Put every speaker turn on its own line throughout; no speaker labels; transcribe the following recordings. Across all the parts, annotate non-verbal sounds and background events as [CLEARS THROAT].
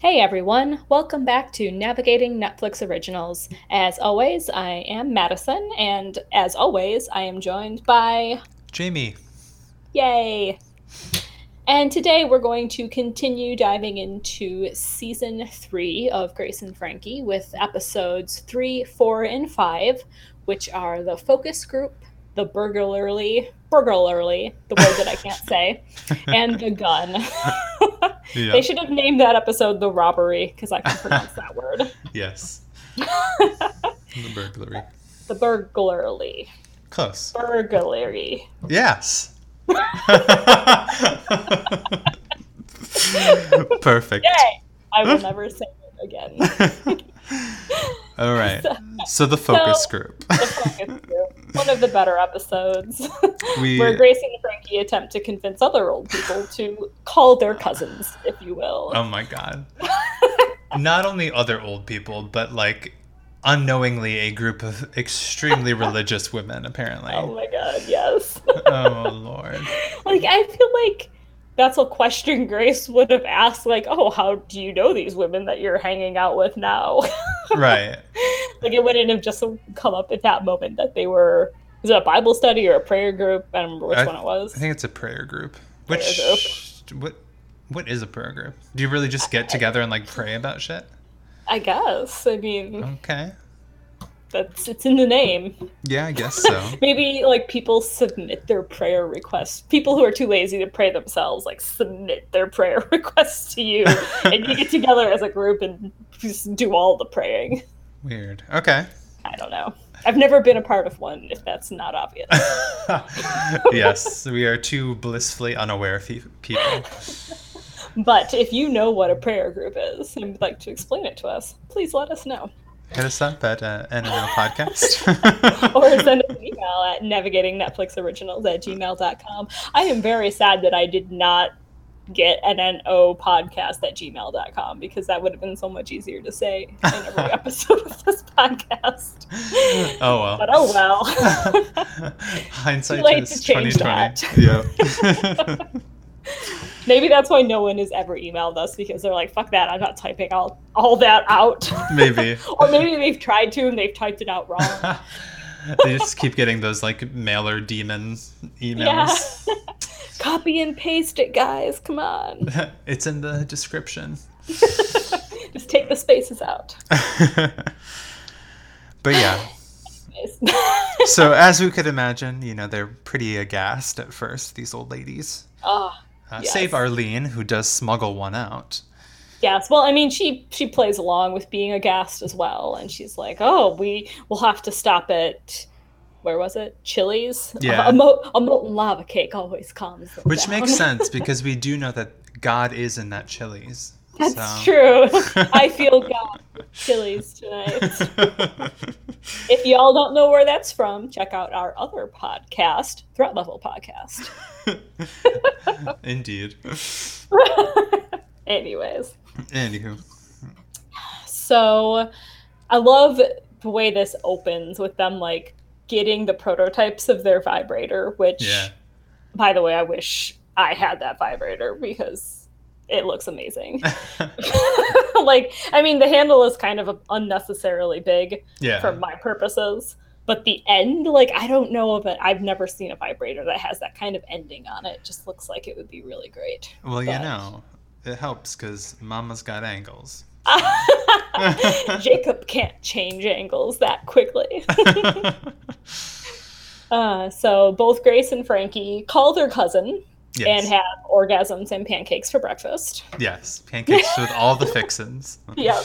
Hey everyone, welcome back to Navigating Netflix Originals. As always, I am Madison, and as always, I am joined by
Jamie.
Yay! And today we're going to continue diving into season three of Grace and Frankie with episodes three, four, and five, which are the focus group, the burglarly, burglarly, the word that I can't say, and the gun.
Yeah.
They should have named that episode the robbery because I can pronounce that word. [LAUGHS]
Yes. the burglary.
The burglarly.
Close.
Burglary. [LAUGHS]
Yes. Perfect.
Yay! I will never say it again.
All right. So the focus
So-
group.
The focus group. One of the better episodes
We
where Grace and Frankie attempt to convince other old people to call their cousins, if you will.
Oh
[LAUGHS]
my god. Not only other old people, but like unknowingly a group of
[LAUGHS]
extremely religious women apparently.
oh my god, yes.
oh lord.
like I feel like that's a question Grace would have asked, like, oh, how do you know these women that you're hanging out with now? [LAUGHS]
Right.
like it wouldn't have just come up at that moment that they were was it a Bible study or a prayer group? I don't remember which
I-
one it
I
was.
think it's a prayer group.
Prayer
Which what what is a prayer group? Do you really just get together and like pray about shit?
I guess. I mean,
Okay.
that's it's in the name.
Yeah, I [LAUGHS] guess so.
[LAUGHS] Maybe like people submit their prayer requests. People who are too lazy to pray themselves like submit their prayer [LAUGHS] requests to you, and you get together as a group and just do all the praying.
Weird. Okay. [LAUGHS]
I don't know. I've never been a part of one. If that's not obvious.
[LAUGHS] yes, we are two blissfully unaware fe- people.
But if you know what a prayer group is and would like to explain it to us, please let us know.
Hit us up at uh, NNL
[LAUGHS]
Podcast.
or send us an email at navigatingnetflixoriginals at gmail.com. I am very sad that I did not get NNO podcast at gmail.com because that would have been so much easier to say in every episode of this podcast.
[LAUGHS] oh well.
But oh well. [LAUGHS]
[LAUGHS] Hindsight
Too late
is
to change
2020. Yep.
Maybe that's why no one has ever emailed us because they're like, fuck that, I'm not typing all, all that out.
Maybe.
[LAUGHS] or maybe they've tried to and they've typed it out wrong.
[LAUGHS] they just keep getting those like mailer demon
yeah.
emails.
Copy and paste it, guys. Come on.
[LAUGHS] it's in the description.
Just take the spaces out.
[LAUGHS] but yeah,
Anyways. [LAUGHS]
so as we could imagine, you know, they're pretty aghast at first, these old ladies.
Ah,
Uh,
Yes.
Save Arlene, who does smuggle one out.
yes. Well, I mean, she she plays along with being aghast as well, and she's like, "Oh, we will have to stop at where was it? Chili's.
Yeah.
A, mo- a molten lava cake always comes.
Which
down."
makes
[LAUGHS]
sense because we do know that God is in that Chili's.
[LAUGHS] That's
so-
true. I feel God. Chili's
[LAUGHS]
tonight. If y'all don't know where that's from, check out our other podcast, Threat Level Podcast.
[LAUGHS]
[LAUGHS]
Indeed.
Anyways.
Anywho.
So I love the way this opens with them like getting the prototypes of their vibrator, which
Yeah.
by the way, I wish I had that vibrator because it looks
[LAUGHS]
amazing. [LAUGHS] like, I mean, the handle is kind of unnecessarily big
Yeah.
for my purposes, but the end, like, I don't know of it. I've never seen a vibrator that has that kind of ending on it. It Just looks like it would be really
[LAUGHS]
great. [LAUGHS]
well, you
but-
know, it helps because Mama's
[LAUGHS]
got angles. [LAUGHS]
Jacob can't change angles that quickly. Uh, so both Grace and Frankie call their cousin
Yes.
and have orgasms and pancakes for breakfast.
[LAUGHS] yes. Pancakes with all
[LAUGHS]
the fixins.
Yep.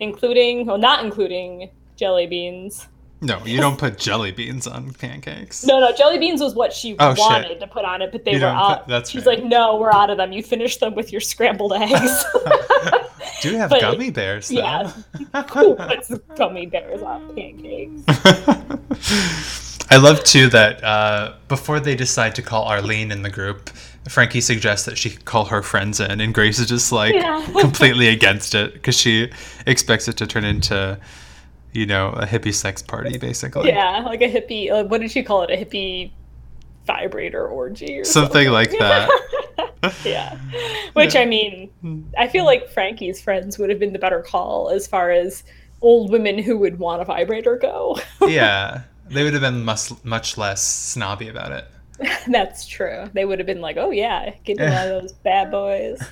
including, well, not including jelly beans.
No, you don't put jelly beans on pancakes.
No, no, jelly beans was what she
Oh, shit.
wanted to put on it, but they
You
were
don't put-
out.
that's
She's
right.
like, no, we're out of them. You finish them with your scrambled
[LAUGHS]
eggs. [LAUGHS]
Do you have
but-
gummy bears? Though?
yeah. Who puts gummy bears on pancakes?
[LAUGHS] I love too that uh, before they decide to call Arlene in the group, Frankie suggests that she could call her friends in, and Grace is just like
Yeah. [LAUGHS]
completely against it because she expects it to turn into, you know, a hippie sex party basically.
Yeah, like a hippie. uh, Like, what did she call it? A hippie vibrator orgy or [LAUGHS]
Something like that.
yeah. Which I mean, I feel like Frankie's friends would have been the better call as far as old women who would want a vibrator go. [LAUGHS]
yeah, they would have been much much less snobby about it. [LAUGHS]
That's true. They would have been like, "Oh yeah, get in one of those bad boys,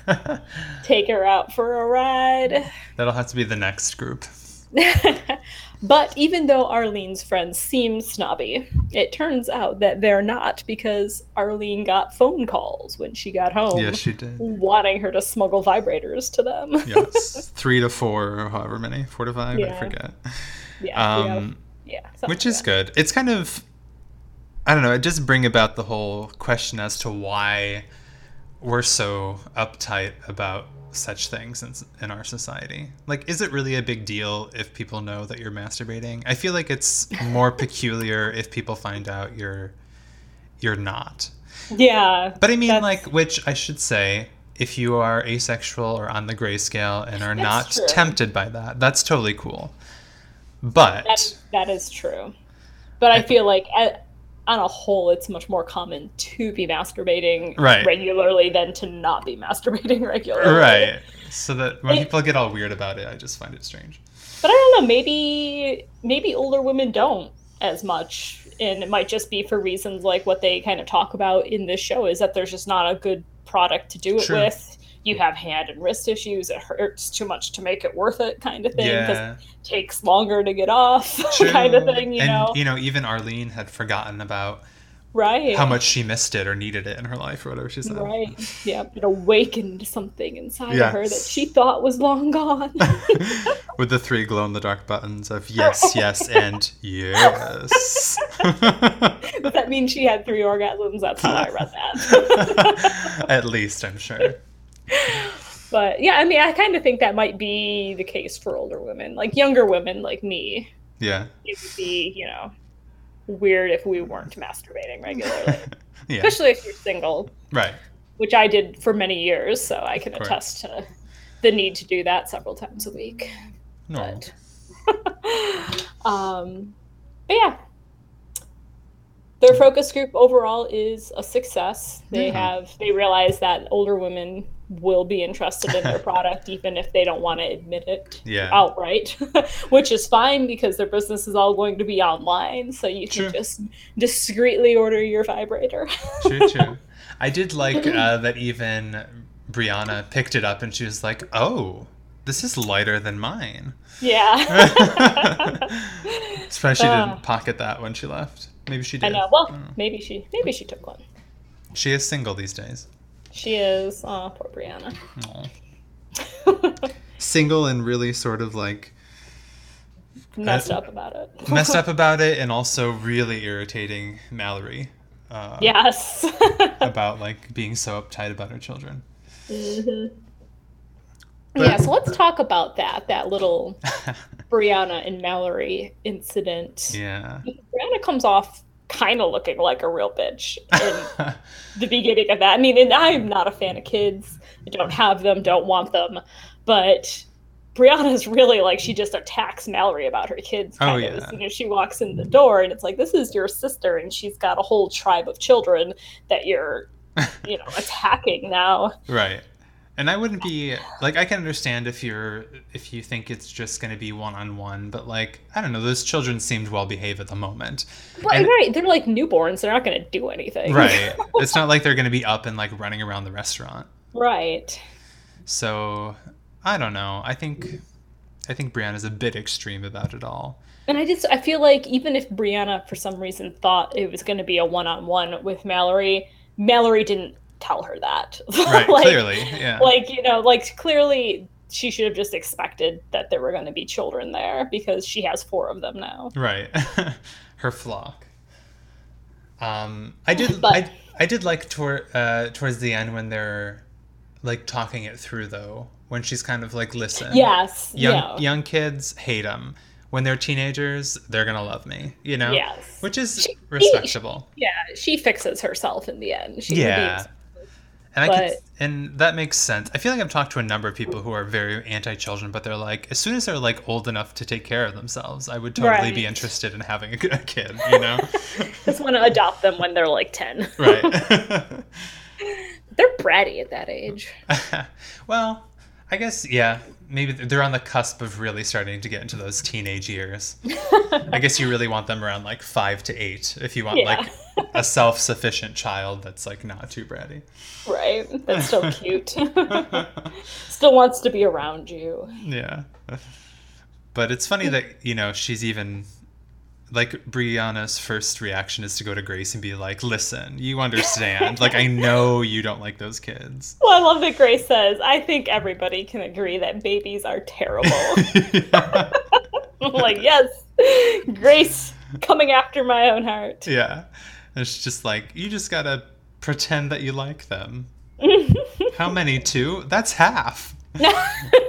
take her out for a ride." [LAUGHS]
That'll have to be the next group.
but even though Arlene's friends seem snobby, it turns out that they're not because Arlene got phone calls when she got home.
Yes, she did.
Wanting her to smuggle vibrators to them.
yes, three to four, or however many, four to five, I
Yeah.
forget.
[LAUGHS] yeah.
Um,
yeah. yeah something
Which
like
is
that.
good. It's kind of, I don't know, it just bring about the whole question as to why we're so uptight about such things in, in our society. Like, is it really a big deal if people know that you're masturbating? I feel like it's
[LAUGHS]
more peculiar if people find out you're you're not.
Yeah.
But I mean,
That's-
like, which I should say, if you are asexual or on the grayscale and are not
That's true.
tempted by that, that's totally cool. But
That, that is true. But I feel like a on a whole, it's much more common to be masturbating
Right.
regularly than to not be [LAUGHS] masturbating regularly.
right [LAUGHS] so that when
It-
people get all weird about it i just find it strange
But I don't know. Maybe maybe older women don't as much, and it might just be for reasons like what they kind of talk about in this show is that there's just not a good product to do it
True.
with. You have hand and wrist issues. It hurts too much to make it worth it, kind of thing. 'cause [LAUGHS]
yeah
it takes longer to get off, [LAUGHS]
true.
kind of thing. You
and
know,
you know even arlene had forgotten about
right?
how much she missed it or needed it in her life or whatever she said
Right. Yeah. It awakened something inside
Yeah.
of her that she thought was long gone.
[LAUGHS] with the three glow-in-the-dark buttons
[LAUGHS]
of yes yes and yes [LAUGHS]
Does that mean she had three orgasms? That's how I read that.
[LAUGHS] at least i'm sure
but yeah, I mean, I kind of think that might be the case for older women, like younger women like me.
yeah
It would be, you know, weird if we weren't masturbating regularly,
yeah
especially if you're single,
right
which I did for many years. So I can
Correct.
attest to the need to do that several times a week.
normal
but [LAUGHS] um but yeah their focus group overall is a success they
Yeah.
have they realize that older women will be interested
[LAUGHS]
in their product even if they don't want to admit it
Yeah.
outright [LAUGHS] which is fine because their business is all going to be online so you can
True.
just discreetly order your vibrator [LAUGHS]
true, true. I did like uh, that even Brianna picked it up and she was like, "Oh, this is lighter than
[LAUGHS]
mine." [LAUGHS]
yeah
Surprised she
Ah.
didn't pocket that when she left. Maybe she did.
i know well
don't know.
maybe she maybe she took one
she is single these days.
she is oh poor brianna [LAUGHS]
Aw. Single and really sort of like
[LAUGHS] messed
Uh,
up about it.
[LAUGHS] messed up about it, and also really irritating Mallory. Uh,
Yes.
About like being so uptight about her children.
yeah, so let's talk about that, that
[LAUGHS]
little Brianna and Mallory incident. [LAUGHS]
yeah.
Brianna comes off kind of looking like a real bitch in the beginning of that. I mean, and I'm not a fan of kids. I don't have them, don't want them. But Brianna's really like, she just attacks Mallory about her kids.
Oh,
Kind of,
yeah.
As soon as she walks in the door, and it's like, this is your sister, and she's got a whole tribe of children that
[LAUGHS]
you're, you know, attacking now.
Right. And I wouldn't be like I can understand if you're if you think it's just going to be one on one, but like I don't know, those children seemed well behaved at the moment.
Well,
And-
right, they're like newborns. They're not going to do anything.
Right. [LAUGHS] it's not like they're going to be up and like running around the restaurant.
right.
So, I don't know. I think I think Brianna's a bit extreme about it all.
And I just I feel like even if Brianna for some reason thought it was going to be a one-on-one with Mallory, Mallory didn't tell her that. [LAUGHS]
Right,
like,
clearly. Yeah.
Like, you know, like clearly she should have just expected that there were going to be children there because she has four of them now.
Right. [LAUGHS] Her flock. Um, I did.
But-
I, I did like toward uh, towards the end when they're like talking it through though. When she's kind of like, listen.
Yes.
Uh, Young
yeah.
young kids hate them. When they're teenagers, they're gonna love me. You know.
Yes.
Which is
She-
respectable.
Yeah, she fixes herself in the end. She
Yeah.
redeems-
And I could,
But-
and that makes sense. I feel like I've talked to a number of people who are very anti-children, but they're like, as soon as they're like old enough to take care of themselves, I would totally be
Right.
interested in having a, g- a kid. You know.
just want to adopt them when they're like 10.
right.
They're bratty at that age.
[LAUGHS] well, I guess yeah. Maybe they're on the cusp of really starting to get into those teenage years. I guess you really want them around like five to eight if you want
Yeah.
like a self-sufficient child that's like not too bratty.
Right. That's so cute. [LAUGHS] Still wants to be around you.
Yeah. But it's funny that, you know, she's even like Brianna's first reaction is to go to Grace and be like, "Listen, you understand. like I know you don't like those kids."
Well, I love that Grace says, I think everybody can agree that babies are terrible. [LAUGHS]
yeah.
I'm like, yes, Grace coming after my own heart.
yeah. And she's just like, "You just got to pretend that you
[LAUGHS]
like them." How many? Two? That's half.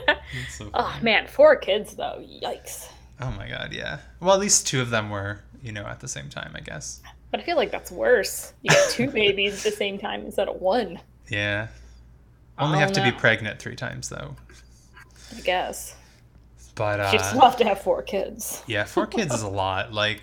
That's so
[LAUGHS] oh man, four kids though. Yikes.
Oh my god, yeah. Well, at least two of them were, you know, at the same time, I guess.
But I feel like that's worse. You get
[LAUGHS]
two babies at the same time instead of one,
Yeah. Only
Oh,
have to be
no.
pregnant three times though.
I guess.
But uh,
She'd still have to have four kids. [LAUGHS]
yeah, four kids is a lot. Like,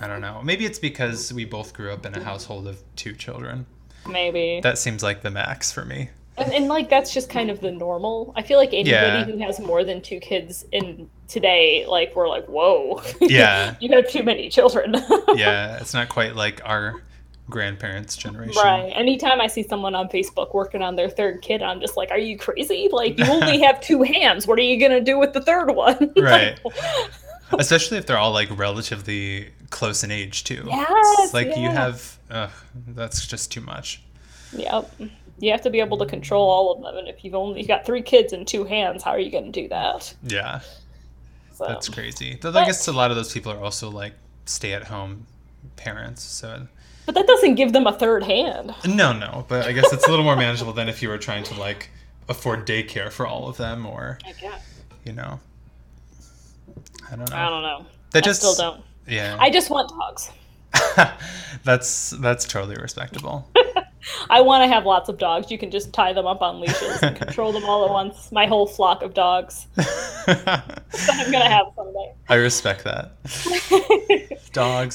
I don't know. Maybe it's because we both grew up in a household of two children.
Maybe.
That seems like the max for me.
and, and like that's just kind of the normal. I feel like anybody
Yeah.
who has more than two kids in today, like we're like, whoa. [LAUGHS]
Yeah.
you have too many children. [LAUGHS]
Yeah, it's not quite like our grandparents' generation.
Right. Anytime I see someone on Facebook working on their third kid, I'm just like, "Are you crazy? Like, you
[LAUGHS]
only have two hands. What are you gonna do with the third one?" [LAUGHS]
Right. Especially if they're all like relatively close in age too.
Yes,
It's like you
yeah.
have. Ugh, that's just too much.
yep. You have to be able to control all of them, and if you've only you got three kids and two hands, how are you gonna do that?
Yeah,
So,
that's crazy. Though I
But-
guess a lot of those people are also like stay-at-home parents. So
but that doesn't give them a third hand.
No, no, but I guess it's a little more manageable than if you were trying to like afford daycare for all of them, or
I guess.
you know, I don't know.
I don't know.
That
I
just
still don't.
yeah.
I just want dogs.
[LAUGHS] that's that's totally respectable. [LAUGHS]
I want to have lots of dogs. You can just tie them up on leashes and control them all at once. My whole flock of dogs. [LAUGHS] I'm gonna have someday.
I respect that. Dogs,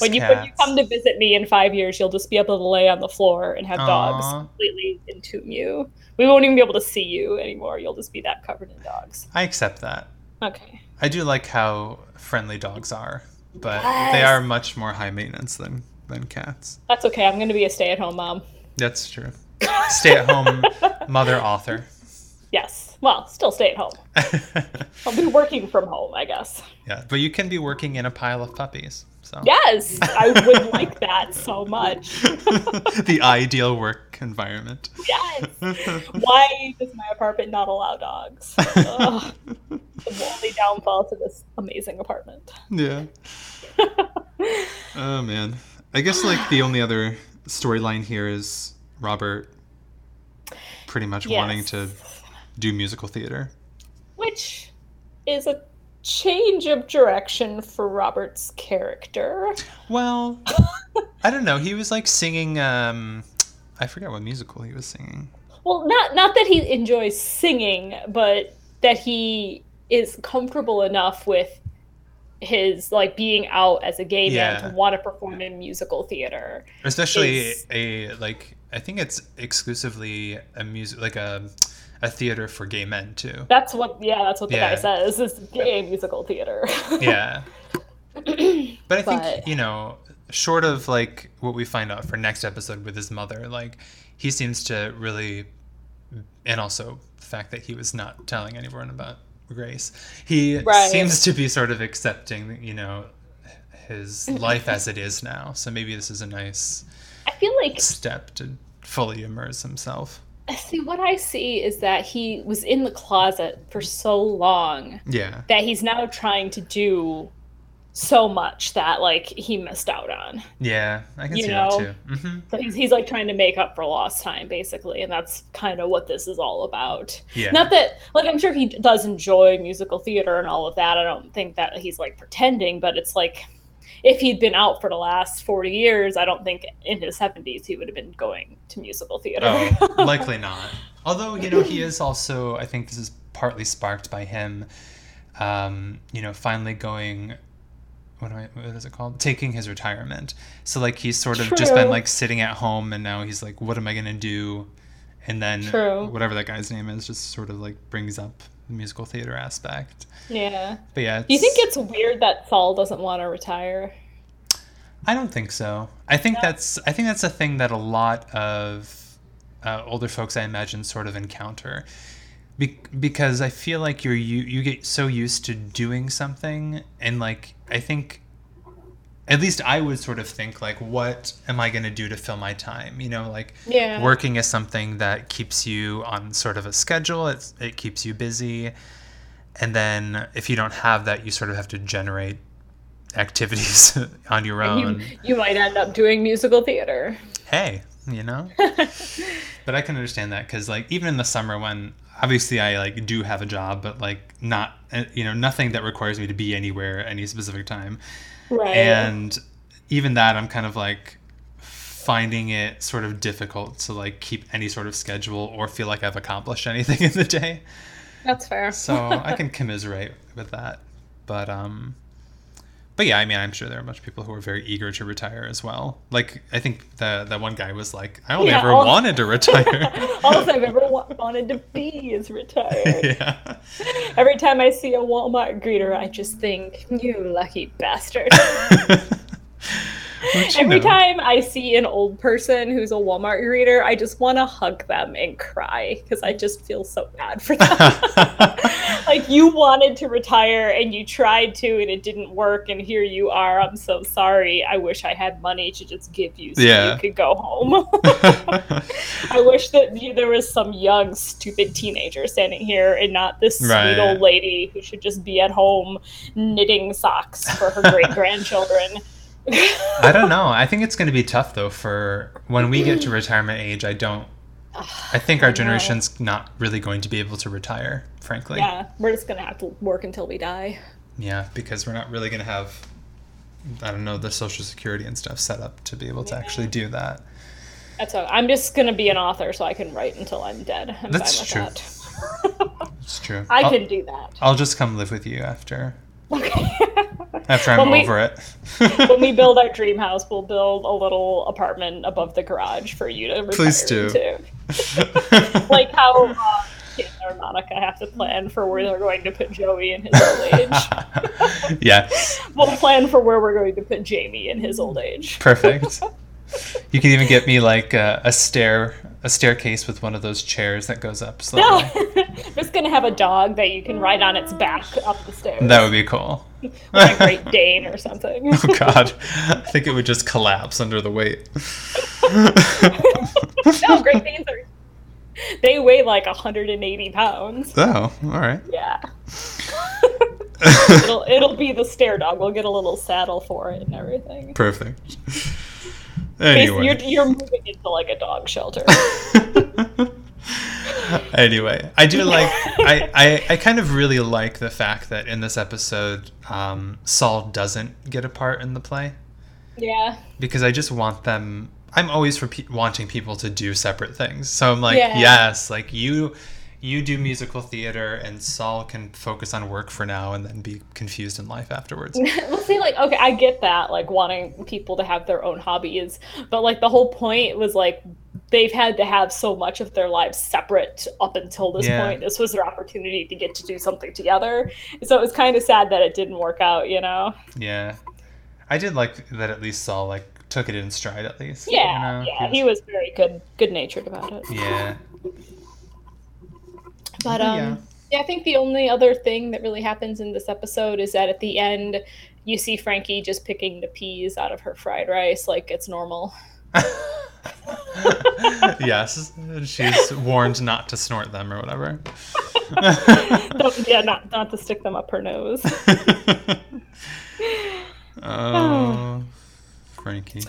[LAUGHS] when you
cats.
when you come to visit me in five years, you'll just be able to lay on the floor and have
Aw.
dogs completely entomb you. We won't even be able to see you anymore. You'll just be that covered in dogs.
I accept that.
Okay.
I do like how friendly dogs are, but they
Yes.
are much more high maintenance than than cats.
That's okay. I'm going to be a stay at home mom.
That's true. Stay at
[LAUGHS]
home mother author. [LAUGHS]
Yes. Well, still stay at home. I'll be working from home, I guess.
Yeah, but you can be working in a pile of puppies. So
Yes. I would [LAUGHS] like that so much.
[LAUGHS] the ideal work environment. [LAUGHS]
Yes. Why does my apartment not allow dogs? Ugh. the only downfall to this amazing apartment. [LAUGHS]
Yeah. oh man. I guess like the only other storyline here is Robert pretty much wanting
Yes.
to do musical theater.
which is a change of direction for Robert's character.
Well, I don't know. He was like singing um I forget what musical he was singing.
Well, not not that he enjoys singing, but that he is comfortable enough with his like being out as a gay
Yeah.
man to want to perform in musical theater.
especially
is-
a like i think it's exclusively a music like a a theater for gay men too
That's what yeah, that's what the
Yeah.
guy says. Is gay musical theater. [LAUGHS] [CLEARS THROAT]
yeah but i think
But-
you know short of like what we find out for next episode with his mother like he seems to really and also the fact that he was not telling anyone about grace he
Right.
seems to be sort of accepting you know his life as it is now so maybe this is a nice
I feel like
step to fully immerse himself
see what I see is that he was in the closet for so long
yeah
that he's now trying to do so much that like he missed out on.
Yeah, I can
You
see
know?
that too. hmm
So he's, he's like trying to make up for lost time basically, and that's kind of what this is all about.
Yeah.
Not that like I'm sure he does enjoy musical theater and all of that. I don't think that he's like pretending, but it's like if he'd been out for the last 40 years, I don't think in his 70s he would have been going to musical theater. [LAUGHS]
oh, likely not. Although you know he is also, I think this is partly sparked by him, um, you know, finally going. What, do I, what is it called? Taking his retirement. So like he's sort of just been
True.
like sitting at home, and now he's like, what am I gonna do? and then
True.
whatever that guy's name is just sort of like brings up the musical theater aspect.
Yeah.
But yeah,
Do you think it's weird that Saul doesn't want to retire?
I don't think so. I think
No?
that's I think that's a thing that a lot of uh, older folks I imagine sort of encounter, Be- because I feel like you're you you get so used to doing something and like I think. At least I would sort of think like, what am I going to do to fill my time? You know, like
Yeah.
working is something that keeps you on sort of a schedule. It's, it keeps you busy, and then if you don't have that, you sort of have to generate activities [LAUGHS] on your
You,
own.
you might end up doing musical theater. [LAUGHS]
hey, you know. [LAUGHS] but I can understand that because, like, even in the summer when obviously I like do have a job, but like not uh, you know nothing that requires me to be anywhere at any specific time,
Right.
and even that I'm kind of like finding it sort of difficult to like keep any sort of schedule or feel like I've accomplished anything [LAUGHS] in the day.
That's fair.
So I can commiserate with that. But um but yeah, I mean, I'm sure there are a bunch of people who are very eager to retire as well. Like, I think the that one guy was like, "I only
Yeah,
ever
all-
wanted to retire."
[LAUGHS] All I've ever wa- wanted to be is retired.
[LAUGHS] yeah, [LAUGHS]
Every time I see a Walmart greeter, I just think, you lucky bastard.
Which, you
Every
know,
time I see an old person who's a Walmart greeter, I just want to hug them and cry because I just feel so bad for them. like, you wanted to retire and you tried to and it didn't work, and here you are. I'm so sorry. I wish I had money to just give you so
Yeah.
you could go home. [LAUGHS] I wish that you, there was some young, stupid teenager standing here and not this
Right.
sweet old lady who should just be at home knitting socks for her great
[LAUGHS]
grandchildren.
[LAUGHS]
[LAUGHS]
I don't know. I think it's going to be tough though for when we get to retirement age. I don't.
[SIGHS]
I think our
know.
generation's not really going to be able to retire, frankly.
Yeah, we're just gonna have to work until we die.
Yeah, because we're not really going to have, I don't know, the social security and stuff set up to be able to actually do that.
That's all. I'm just gonna be an author, so I can write until I'm dead. I'm
That's
fine with that. [LAUGHS]
It's true.
I
will
can do that.
I'll just come live with you after
Okay.
[LAUGHS] after I'm
When we-
over it.
[LAUGHS] when
[LAUGHS]
we build our dream house, we'll build a little apartment above the garage for you to retire
Please do.
into. Like how uh, Kid and Monica have to plan for where they're going to put Joey in his old age.
[LAUGHS] yes,
we'll plan for where we're going to put Jamie in his old age.
perfect. You can even get me like a, a stair a staircase with one of those chairs that goes up slowly.
No, [LAUGHS] just gonna have a dog that you can ride on its back up the stairs.
That would be cool.
like a Great Dane or something.
[LAUGHS] Oh god. I think it would just collapse under the weight.
[LAUGHS] no, Great Danes are. They weigh like 180
[LAUGHS]
pounds.
Oh,
[LAUGHS]
all right.
Yeah. it'll it'll be the stair dog. We'll get a little saddle for it and everything.
Perfect.
Basically,
Anyway.
You're, you're moving into like a dog shelter.
[LAUGHS] anyway, I do like I, I I kind of really like the fact that in this episode, um, Saul doesn't get a part in the play
yeah.
because I just want them. I'm always for pe- wanting people to do separate things. So I'm like,
Yeah.
yes, like you you do musical theater and Saul can focus on work for now and then be confused in life afterwards.
[LAUGHS] well, see, like, okay, I get that, like, wanting people to have their own hobbies, but like, the whole point was like, they've had to have so much of their lives separate up until this
Yeah.
point. This was their opportunity to get to do something together. So it was kind of sad that it didn't work out, you know?
yeah. I did like that at least Saul like took it in stride at least. you
Yeah,
know?
yeah, he was very good, good natured about it.
[LAUGHS] Yeah.
But um,
Yeah.
yeah. I think the only other thing that really happens in this episode is that at the end, you see Frankie just picking the peas out of her fried rice, like it's normal.
yes, she's warned not to snort them or whatever. [LAUGHS]
[LAUGHS] Don't- yeah, not not to stick them up her nose.
oh, Frankie.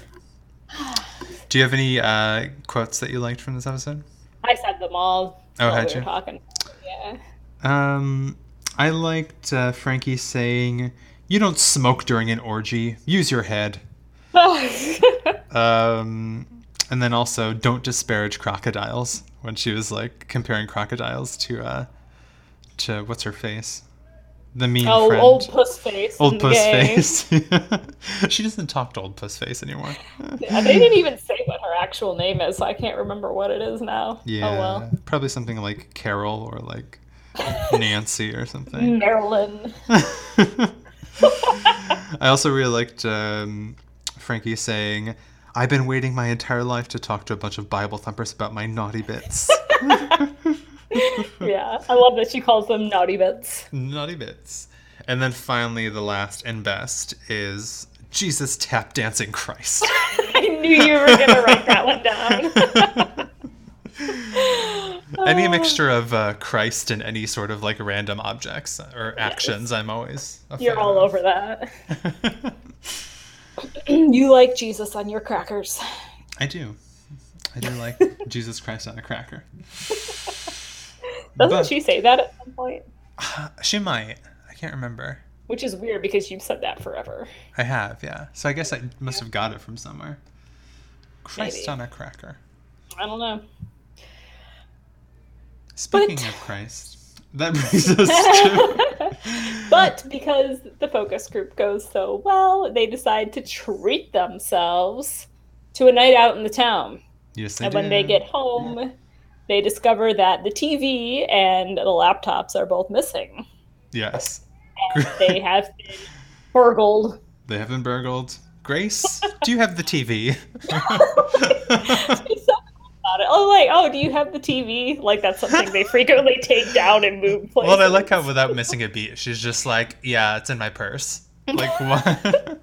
Do you have any uh, quotes that you liked from this episode?
I said them all.
Oh,
while
had
we were
you?
talking. Yeah.
Um, I liked uh, Frankie saying, "You don't smoke during an orgy. Use your head." Um, and then also, don't disparage crocodiles when she was like comparing crocodiles to uh, to what's her face, the mean
[LAUGHS] oh,
friend,
old puss face.
Old
in the
puss
game. [LAUGHS]
face. she doesn't talk to old puss face anymore.
Yeah, they didn't even say what her actual name is. So I can't remember what it is now.
Yeah.
Oh well.
Probably something like Carol or like Nancy or something. [LAUGHS]
Marilyn. Mm.
I also really liked um, Frankie saying, I've been waiting my entire life to talk to a bunch of Bible thumpers about my naughty bits.
yeah, I love that she calls them naughty bits. [LAUGHS]
naughty bits. And then finally, the last and best is Jesus tap dancing Christ.
[LAUGHS] I knew you were gonna write that one
[LAUGHS]
down.
any
Oh.
mixture of uh, Christ and any sort of like random objects or actions, I'm always. a
[LAUGHS] You're
fan
all
of.
over that. [CLEARS THROAT] you like Jesus on your crackers.
[LAUGHS] I do. I do like
[LAUGHS]
Jesus Christ on a cracker.
Doesn't
But-
she say that at some point?
She might. I can't remember.
Which is weird because you've said that forever.
I have, yeah. So I guess I must have got it from somewhere. Christ
Maybe.
on a cracker.
I don't know.
Speaking of Christ, that brings us
[LAUGHS]
to. [LAUGHS]
but because the focus group goes so well, they decide to treat themselves to a night out in the town.
Yes, I
And when they
do.
get home, they discover that the TV and the laptops are both
[LAUGHS]
missing.
Yes.
They have been burgled.
They have been burgled. Grace, do you have the [LAUGHS] TV?
It's so cool about it. Oh, like, oh, do you have the TV? Like, that's something
[LAUGHS]
they frequently take down and move places.
well, I like how without missing a beat, she's just like, yeah, it's in my purse. [LAUGHS] Like what?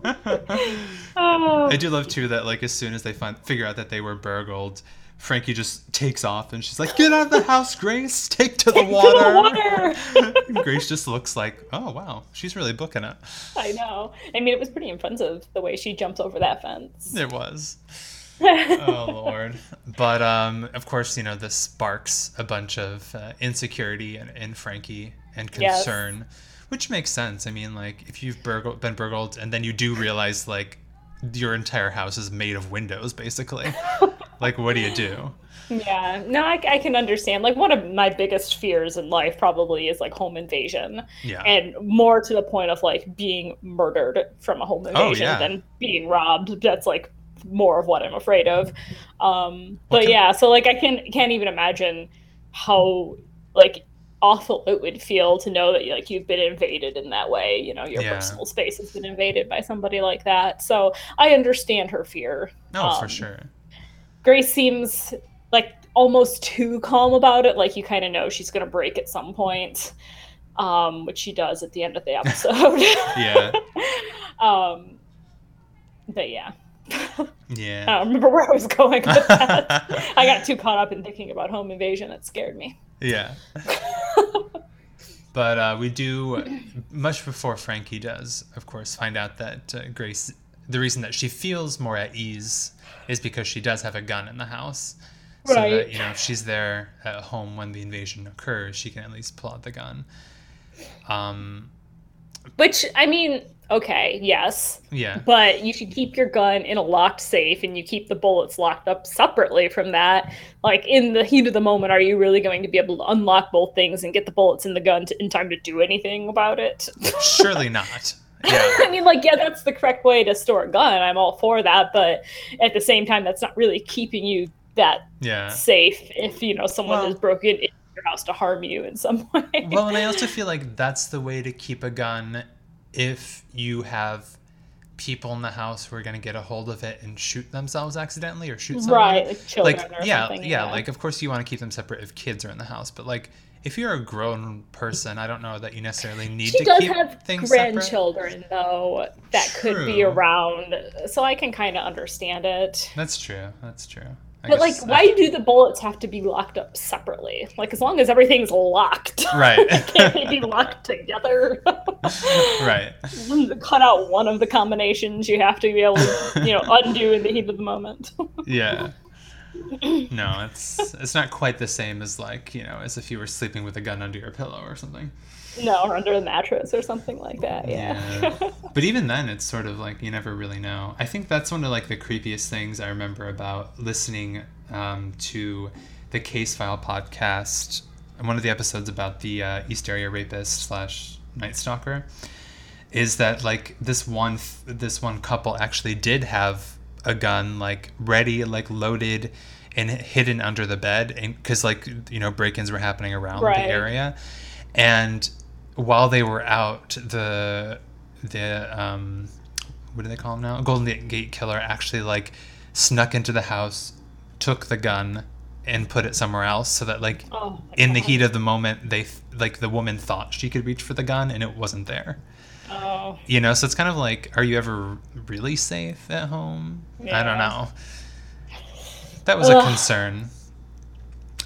Oh,
I do love too that like as soon as they find figure out that they were burgled, Frankie just takes off and she's like, "Get out of the house, Grace! Take to the water."
water.
[LAUGHS] Grace just looks like, "Oh wow, she's really booking it."
I know. I mean, it was pretty impressive the way she jumped over that fence.
It was.
[LAUGHS]
Oh lord. But um, of course, you know this sparks a bunch of uh, insecurity in, in Frankie and
Yes.
concern, which makes sense. I mean, like if you've burgled, been burgled, and then you do realize like your entire house is made of
[LAUGHS]
windows, basically. like, what do you do?
yeah. No, I, I can understand. Like, one of my biggest fears in life probably is like home invasion,
Yeah.
and more to the point of like being murdered from a home invasion
Oh, yeah.
than being robbed. That's like more of what I'm afraid of. Um, but
can-
yeah, so like I can can't even imagine how like awful it would feel to know that like you've been invaded in that way. You know, your
Yeah.
personal space has been invaded by somebody like that. So I understand her fear.
No, for
Um,
sure.
Grace seems like almost too calm about it. Like you kind of know she's going to break at some point, um, which she does at the end of the episode.
[LAUGHS] Yeah,
[LAUGHS] Oh, um, but yeah, I
yeah.
don't remember where I was going with that. [LAUGHS]
[LAUGHS]
I got too caught up in thinking about home invasion. It scared me.
yeah. But uh, we do, much before Frankie does, of course, find out that uh, Grace, the reason that she feels more at ease is because she does have a gun in the house. So
Right.
that, you know, if she's there at home when the invasion occurs, she can at least pull out the gun. Um,
Which, I mean, okay, yes.
yeah.
But you should keep your gun in a locked safe and you keep the bullets locked up separately from that. Like in the heat of the moment, are you really going to be able to unlock both things and get the bullets in the gun to, in time to do anything about it? [LAUGHS]
Surely not. Yeah.
I mean, like, yeah, that's the correct way to store a gun. I'm all for that. But at the same time, that's not really keeping you that
Yeah.
safe if, you know, someone
Well-
has broken into your house to harm you in some [LAUGHS] way.
well, and I also feel like that's the way to keep a gun if you have people in the house who are going to get a hold of it and shoot themselves accidentally or shoot someone.
right. Like children
Like,
or
yeah,
something.
yeah, like, of course, you want to keep them separate if kids are in the house, but like, if you're a grown person, I don't know that you necessarily need
she
to
does
keep
have
things separate.
grandchildren though that could be
True.
around so i can kind of understand it
That's true. That's true. I
but like
guess I-
why do the bullets have to be locked up separately like as long as everything's locked [LAUGHS] can't they be
Right.
locked together
[LAUGHS]
[LAUGHS]
right.
cut out one of the combinations you have to be able to
[LAUGHS]
you know undo in the heat of the moment [LAUGHS]
Yeah. No, it's it's not quite the same as like you know as if you were sleeping with a gun under your pillow or something.
no or under the mattress or something like that yeah, [LAUGHS]
Yeah. but even then it's sort of like you never really know i think that's one of like the creepiest things i remember about listening um, to the case file podcast one of the episodes about the uh, east area rapist slash night stalker is that like this one this one couple actually did have a gun like ready, like loaded and hidden under the bed because like you know break-ins were happening around
Right.
the area and while they were out the the um what do they call him now golden gate killer actually like snuck into the house took the gun and put it somewhere else so that like
Oh, my
in the
God.
heat of the moment they th- like the woman thought she could reach for the gun and it wasn't there
Oh,
you know so it's kind of like are you ever really safe at home i
Yeah.
don't know that was
Ugh.
a concern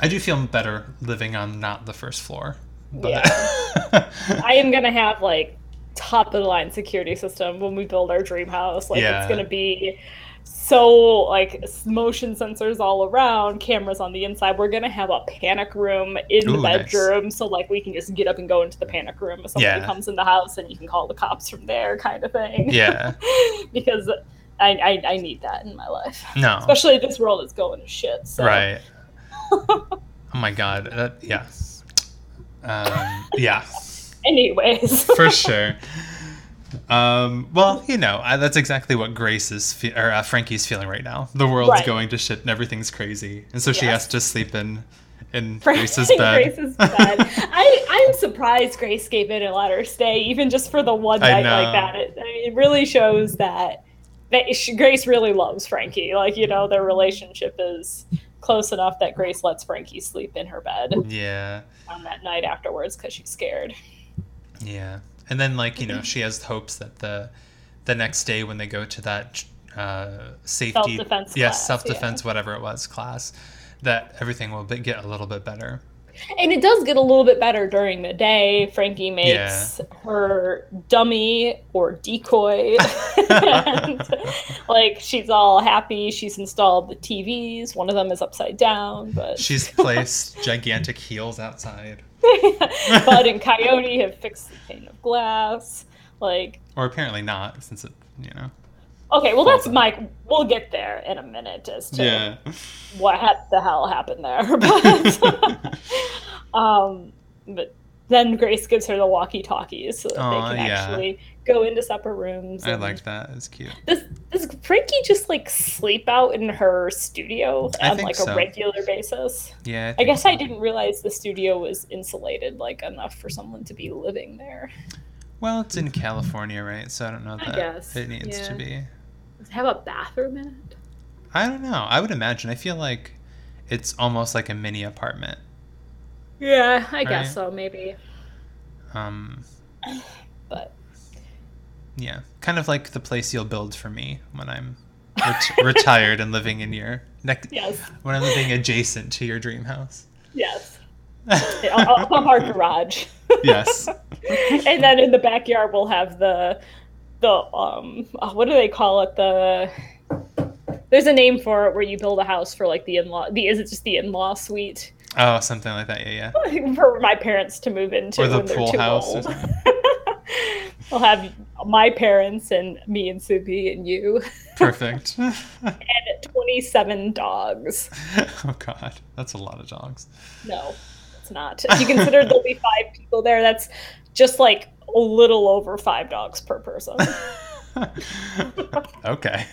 i do feel better living on not the first floor but
I am gonna have like top of the line security system when we build our dream house. Like
Yeah.
it's gonna be so like s- motion sensors all around, cameras on the inside. We're gonna have a panic room in the
Ooh, nice.
bedroom, so like we can just get up and go into the panic room if somebody
Yeah.
comes in the house, and you can call the cops from there, kind of thing.
[LAUGHS] yeah
[LAUGHS] because I, I I need that in my life,
no
[LAUGHS] especially this world is going to shit. So.
right oh my god that, yeah um, yeah
Anyways. [LAUGHS]
for sure. Um, well, you know, I, that's exactly what Grace is fe- or uh, Frankie's feeling right now. The world's
Right.
going to shit and everything's crazy, and so she
Yes.
has to sleep in
[LAUGHS]
in
Fra-
Grace's bed.
Grace's bed. I, I'm surprised Grace gave in and let her stay, even just for the one
I
night like
know.
that. It, I mean, it really shows that that she, Grace really loves Frankie. Like you know, their relationship is close enough that Grace lets Frankie sleep in her bed
[LAUGHS] yeah,
on that night afterwards because she's scared.
yeah. And then, like you know, she has hopes that the the next day when they go to that uh, safety,
Self-defense
yes,
class, yeah.
self defense, whatever it was, class, that everything will be- get a little bit better.
[LAUGHS] And it does get a little bit better during the day. Frankie makes her dummy or decoy. and, like she's all happy. She's installed the TVs. One of them is upside down, but
She's placed gigantic heels outside,
[LAUGHS] Bud and Coyote have fixed the pane of glass. Like
or apparently not, since it, you know.
okay, well that's
Awesome.
Mike. We'll get there in a minute as to [LAUGHS]
Yeah.
what ha- the hell happened there. [LAUGHS] But,
[LAUGHS]
um, but then Grace gives her the walkie-talkies so that
Aw,
they can
yeah.
actually go into separate rooms.
I
and-
like that. It's cute.
Does, does Frankie just like sleep out in her studio
I
on
think
like a
so.
regular basis?
Yeah.
I
think
guess
so.
I didn't realize the studio was insulated like enough for someone to be living there.
Well, it's in California, right? So I don't know
I
that
guess,
it needs to
yeah.
be.
Does it have a bathroom in it?
I don't know. I would imagine. I feel like it's almost like a mini apartment.
Yeah, I guess
guess Right.
so, maybe.
Um,
But
yeah, kind of like the place you'll build for me when I'm
[LAUGHS]
ret- retired and living in your next.
yes,
When I'm living adjacent to your dream house.
yes. I'll, I'll our garage.
[LAUGHS] yes.
[LAUGHS] and then in the backyard we'll have the the um oh, what do they call it the there's a name for it where you build a house for like the in-law the is it just the in-law suite [LAUGHS]
Oh, something like that. Yeah, yeah.
for my parents to move into
Or the
when they're
pool
too
house or
old.
something.
[LAUGHS] we'll have my parents and me and Subi and you [LAUGHS]
Perfect. [LAUGHS]
and 27 dogs
oh God, that's a lot of dogs.
no it's not if you consider there'll be five people there that's just like a little over five dogs per
[LAUGHS]
person
okay.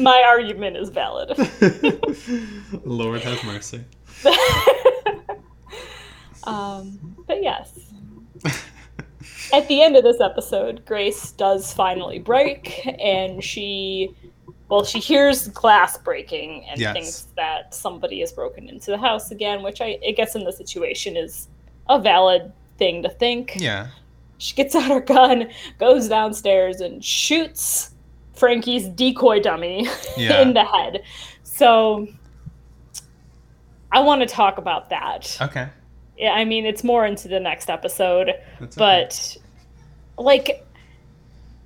my argument is valid
[LAUGHS] Lord have mercy.
[LAUGHS] um, but
[LAUGHS]
yes. At the end of this episode, Grace does finally break, and she, well, she hears glass breaking and
Yes.
thinks that somebody has broken into the house again, which I, I guess in the situation is a valid thing to think. [LAUGHS]
Yeah.
She gets out her gun, goes downstairs, and shoots Frankie's decoy dummy [LAUGHS]
Yeah.
in the head. So I want to talk about that.
Okay.
Yeah, I mean, it's more into the next episode,
That's okay.
but like, [SIGHS]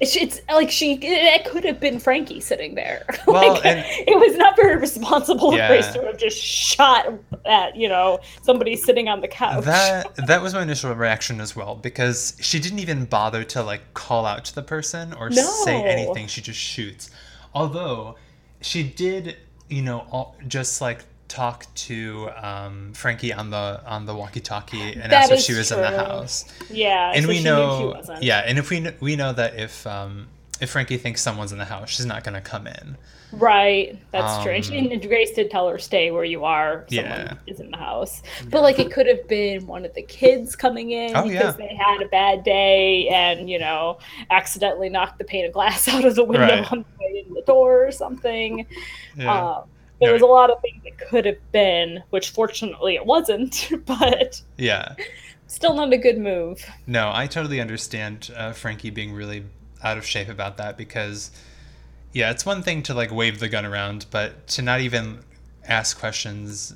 it's, it's like she, it could have been Frankie sitting there. [LAUGHS]
Well,
like,
and-
it was not very responsible of
Yeah.
Grace to have just shot at, you know, somebody sitting on the couch.
that that was my initial reaction as well because she didn't even bother to like call out to the person or say
No.
anything. She just shoots. Although she did, you know, all, just like talk to um, Frankie on the on the walkie-talkie and
That
ask if
is
she was in the
true.
house.
yeah.
and
so
we
she knew she
know
wasn't.
yeah and if we kn- we know that if um if Frankie thinks someone's in the house, she's not going to come in.
Right, that's true. And, she,
Um,
and Grace did tell her stay where you are. Someone
Yeah.
is in the house, but like it could have been one of the kids coming in
Oh, yeah.
because they had a bad day and you know accidentally knocked the pane of glass [LAUGHS] out of the window
Right.
on the way in the door or something.
Yeah.
Um, there
No,
was a lot of things that could have been, which fortunately it wasn't, [LAUGHS] but
yeah.
still not a good move.
No, I totally understand uh, Frankie being really out of shape about that because, yeah, it's one thing to like wave the gun around, but to not even ask questions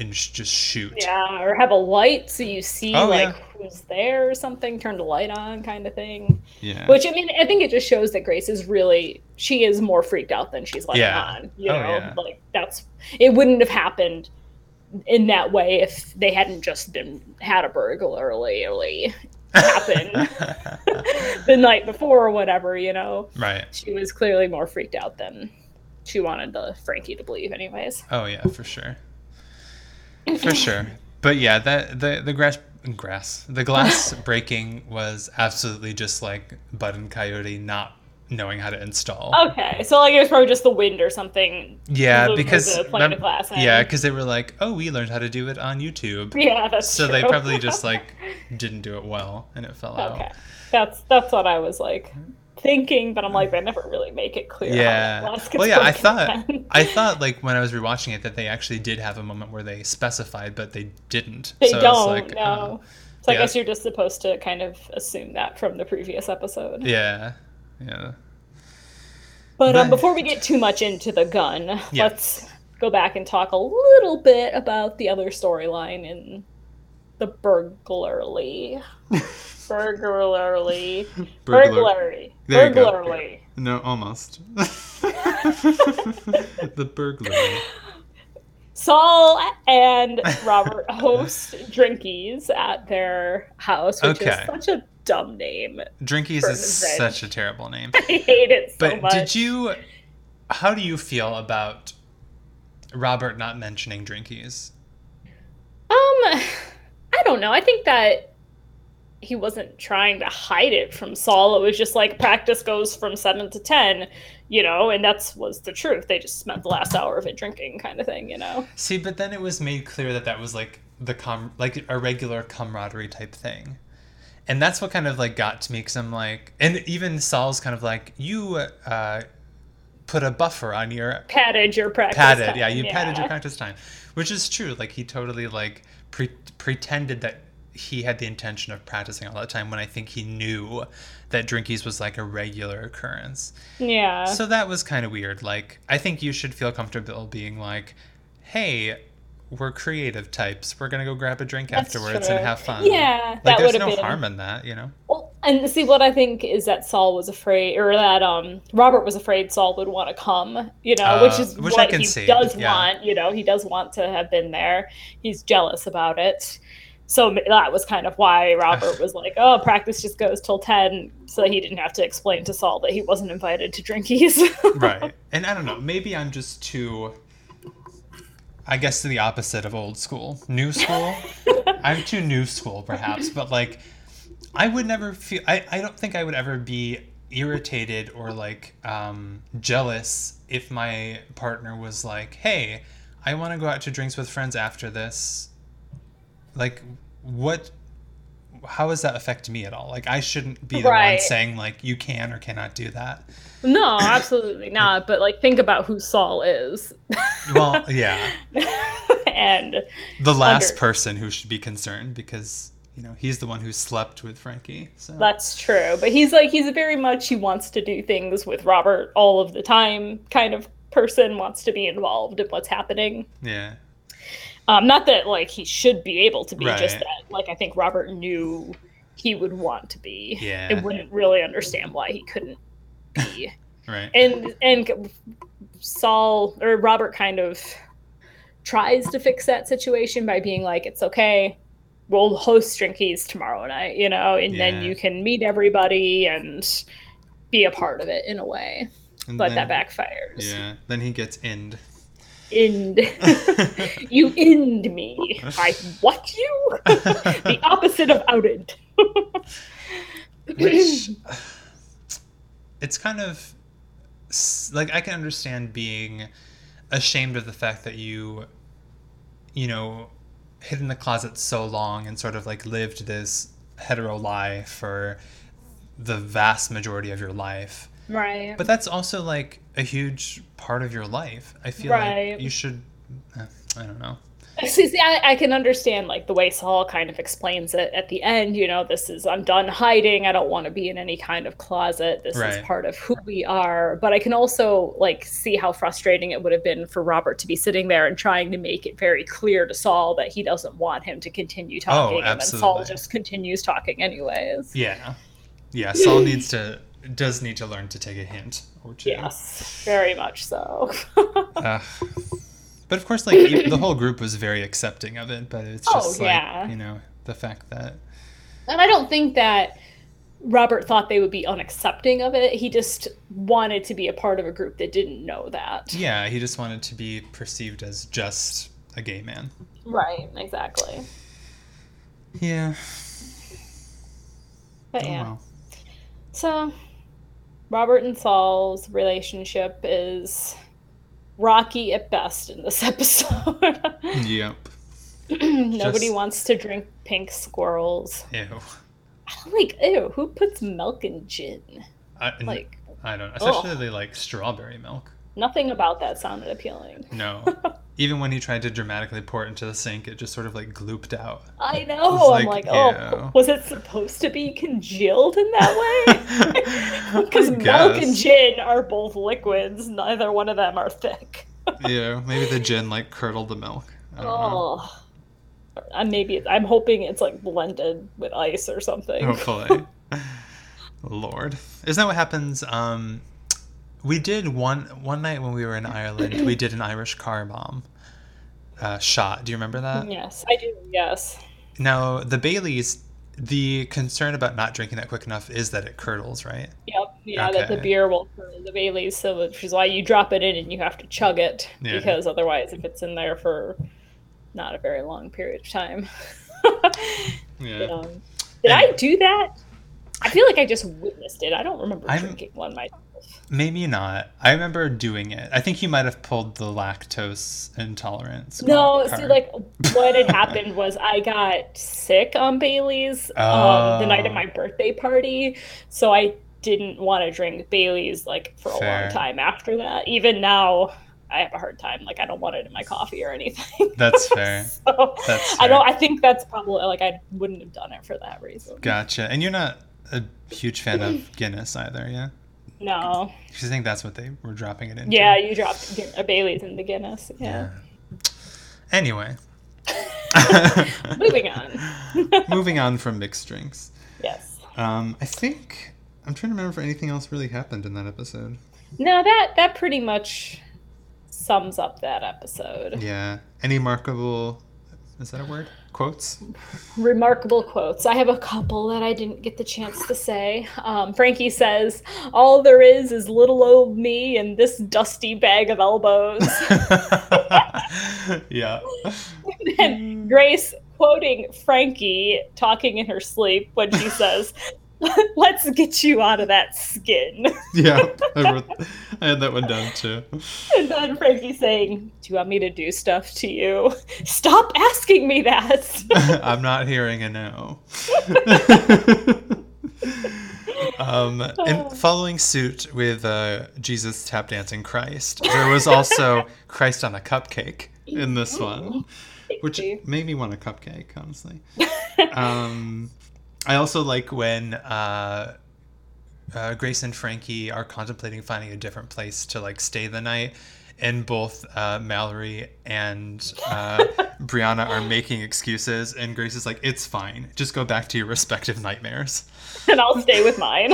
and sh- just shoot.
Yeah, or have a light so you see
Oh,
like
yeah.
who's there or something. Turn the light on, kind of thing.
Yeah.
Which I mean, I think it just shows that Grace is really she is more freaked out than she's letting
Yeah.
on. You
Oh,
know,
yeah.
like that's it wouldn't have happened in that way if they hadn't just been had a burglary early
[LAUGHS]
happen the night before or whatever. You know,
right.
she was clearly more freaked out than she wanted the Frankie to believe, anyways.
Oh yeah, for sure.
[LAUGHS]
For sure. But yeah, that the the grass grass the glass
[LAUGHS]
breaking was absolutely just like Bud and Coyote not knowing how to install.
Okay, so like it was probably just the wind or something. [LAUGHS]
Yeah,
Those-
because
those are playing
remem-
the glass end.
yeah, because they were like, oh, we learned how to do it on YouTube,
Yeah, that's
so they
true. [LAUGHS]
probably just like didn't do it well and it fell
Okay,
out.
that's that's what I was like thinking, but I'm like they never really make it clear. how
Yeah.
that glass gets
Well, yeah, I
broken
thought
down.
I thought like when I was rewatching it that they actually did have a moment where they specified, but they didn't.
[LAUGHS] they
so I was
don't
like,
know.
uh,
so I
yeah.
guess you're just supposed to kind of assume that from the previous episode.
yeah, yeah.
But um,
But-
before we get too much into the gun,
Yeah.
let's go back and talk a little bit about the other storyline in the
[LAUGHS]
burglarly. burglarly. Burglary.
There you go.
Burglarly.
No,
[LAUGHS]
almost. the burglary.
Saul
[LAUGHS]
and Robert host Drinkies at their house, which
Okay.
is such a dumb name. [LAUGHS]
Drinkies
Burn
is
revenge.
such a terrible name.
I hate it so
But
much.
did you? How do you feel about Robert not mentioning Drinkies?
Um, I don't know. I think that he wasn't trying to hide it from Saul. It was just like practice goes from seven to ten, you know, and that's was the truth. They just spent the last hour of it drinking, kind of thing, you know.
See, but then it was made clear that that was like the com like a regular camaraderie type thing. And that's what kind of like got to me because I'm like, and even Saul's kind of like, you uh, put a buffer on your
Padded your practice.
padded,
time,
yeah, you padded your practice time, which is true. Like he totally like pre- pretended that he had the intention of practicing all that time when I think he knew that drinkies was like a regular occurrence.
Yeah.
So that was kind of weird. Like, I think you should feel comfortable being like, hey, we're creative types. We're going to go grab a drink
That's
afterwards
true.
and have fun.
yeah,
Like,
that
there's
would have
no
been
harm in that, you know?
Well, and see what I think is that Saul was afraid, or that um Robert was afraid Saul would want to come, you know, which
Uh,
is
which I
what
can
he
see,
does
yeah.
want. You know, he does want to have been there. He's jealous about it, so m- that was kind of why
[SIGHS]
Robert was like, "Oh, practice just goes till ten, so that he didn't have to explain to Saul that he wasn't invited to drinkies."
right. And I don't know. Maybe I'm just too, I guess, the opposite of old school. New school? I'm too new school, perhaps. But, like, I would never feel, I, I don't think I would ever be irritated or, like, um, jealous if my partner was like, hey, I want to go out to drinks with friends after this. Like, what? How does that affect me at all? Like, I shouldn't be the one
Right.
saying like you can or cannot do that.
no, absolutely not. But like, think about who Saul is,
Well, yeah.
[LAUGHS] and
the last
Under-
person who should be concerned because you know he's the one who slept with Frankie. So
That's true. But he's like he's very much he wants to do things with Robert all of the time kind of person, wants to be involved in what's happening.
yeah,
Um not that like he should be able to be, just
Right.
that like I think Robert knew he would want to be.
Yeah.
And wouldn't really understand why he couldn't be.
right.
and and Saul or Robert kind of tries to fix that situation by being like, "It's okay, we'll host drinkies tomorrow night," you know, and
Yeah.
then you can meet everybody and be a part of it in a way.
And
But
then-
that backfires.
Yeah, then he gets
[LAUGHS]
[LAUGHS] end.
End
[LAUGHS]
you end me. I what
[LAUGHS]
you? the opposite of outed.
Which it's kind of s- like I can understand being ashamed of the fact that you, you know, hid in the closet so long and sort of like lived this hetero life for the vast majority of your life.
[LAUGHS] Right.
But that's also like a huge part of your life. I feel
Right.
like you should. uh, I don't know.
[LAUGHS] See, see, I, I can understand like the way Saul kind of explains it at the end. You know, this is I'm done hiding. I don't want to be in any kind of closet. This is
Right.
part of who we are. But I can also like see how frustrating it would have been for Robert to be sitting there and trying to make it very clear to Saul that he doesn't want him to continue talking, and then Saul
Oh, absolutely.
just continues talking anyways.
Yeah. Yeah. Saul needs to does need to learn to take a hint or two.
Yes, very much so. [LAUGHS]
Ugh. uh, but of course, like e- the whole group was very accepting of it. But it's
Oh,
just like
yeah.
you know the fact that
And I don't think that Robert thought they would be unaccepting of it. He just wanted to be a part of a group that didn't know that.
yeah he just wanted to be perceived as just a gay man.
Right, exactly.
Yeah.
But
Oh,
yeah.
well.
So Robert and Saul's relationship is rocky at best in this [LAUGHS] episode.
Yep.
Nobody
Hmm, Just-
wants to drink pink squirrels.
Ew.
I'm like, ew, who puts milk in gin?
I, n-
Like,
I don't know.
ugh.
Especially like strawberry milk.
nothing about that sounded appealing. [LAUGHS]
No. Even when he tried to dramatically pour it into the sink, it just sort of like glooped out.
I
It's
know. I'm
like,
like,
ew.
oh, was it supposed to be congealed in
[LAUGHS]
that way? [LAUGHS] Because
Because
milk and gin are both liquids. Neither one of them are thick.
Yeah, maybe the gin like curdled the milk. I don't know.
Oh, and maybe it, I'm hoping it's like blended with ice or something.
Hopefully. [LAUGHS] Lord. Isn't that what happens? Um we did one one night when we were in Ireland, we did an Irish car bomb uh, shot. Do you remember that?
yes, I do. Yes.
Now the Baileys the concern about not drinking that quick enough is that it curdles, right?
Yep. Yeah, that the
Okay.
beer will curdle the Bailey's, so which is why you drop it in and you have to chug it
Yeah.
because otherwise, if it's in there for not a very long period of time. [LAUGHS]
Yeah.
um, did I do that? I feel like I just witnessed it. I don't remember
I'm-
drinking one myself.
Maybe not. I remember doing it. I think you might have pulled the lactose intolerance.
No, see,
card.
like what
[LAUGHS]
had happened was I got sick on Bailey's um, the night
Oh.
of my birthday party, so I didn't want to drink Bailey's like for a
Fair.
long time after that. Even now, I have a hard time. Like I don't want it in my coffee or anything. [LAUGHS]
That's fair.
So,
That's
I
fair.
don't. I think that's probably like I wouldn't have done it for that reason.
Gotcha. And you're not a huge fan of Guinness either, yeah?
No.
Because I think that's what they were dropping it into.
Yeah, you dropped Gui- a Bailey's in the Guinness. Yeah.
Anyway.
[LAUGHS] Moving on.
[LAUGHS]
[LAUGHS]
Moving on from mixed drinks.
Yes.
Um, I think I'm trying to remember if anything else really happened in that episode.
No, that that pretty much sums up that episode.
Yeah. Any markable is that a word? Quotes?
remarkable quotes. I have a couple that I didn't get the chance to say. Um, Frankie says, "All there is is little old me and this dusty bag of [LAUGHS] elbows."
[LAUGHS] yeah.
and Grace quoting Frankie talking in her sleep when [LAUGHS] she says, "Let's get you out of that skin."
Yeah. I, wrote, I had that one down too. [LAUGHS]
and then Frankie saying, "Do you want me to do stuff to you? [LAUGHS] Stop asking me [LAUGHS] that."
I'm not hearing a no. [LAUGHS] um, and following suit with uh, Jesus tap dancing Christ, there was also Christ on a cupcake in this one, which made me want a cupcake, honestly. Um, I also like when uh, uh, Grace and Frankie are contemplating finding a different place to like stay the night, and both uh, Mallory and uh, Brianna are making excuses, and Grace is like, "It's fine, just go back to your respective nightmares."
[LAUGHS] and I'll stay with mine.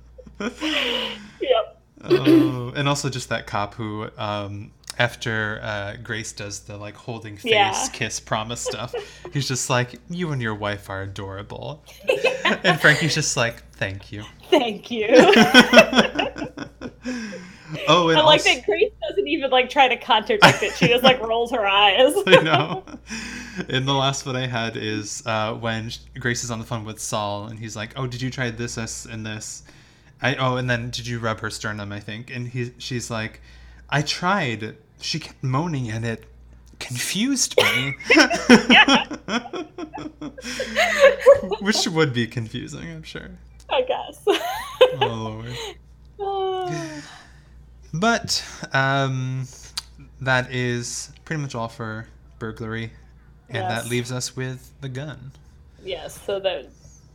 [LAUGHS] yep.
Oh, and also just that cop who. Um, after uh, Grace does the like holding face
Yeah.
kiss promise stuff, he's just like, "You and your wife are adorable," and Frankie's just like,
[LAUGHS]
"Thank you." [LAUGHS]
Thank you.
oh,
[LAUGHS]
and
I like
also,
that Grace doesn't even like try to contradict it. She just like rolls her eyes.
[LAUGHS] I know. And the last one I had is uh, when Grace is on the phone with Saul, and he's like, "Oh, did you try this, this, and this?" I oh, and then did you rub her sternum? I think, and he she's like, I tried. She kept moaning and it. Confused me, [LAUGHS] which would be confusing, I'm sure.
[LAUGHS] I guess. [LAUGHS] [SIGHS]
Oh, Lord.
Ah.
But um, that is pretty much all for burglary, and that
Yes.
leaves us with the gun.
Yes, so that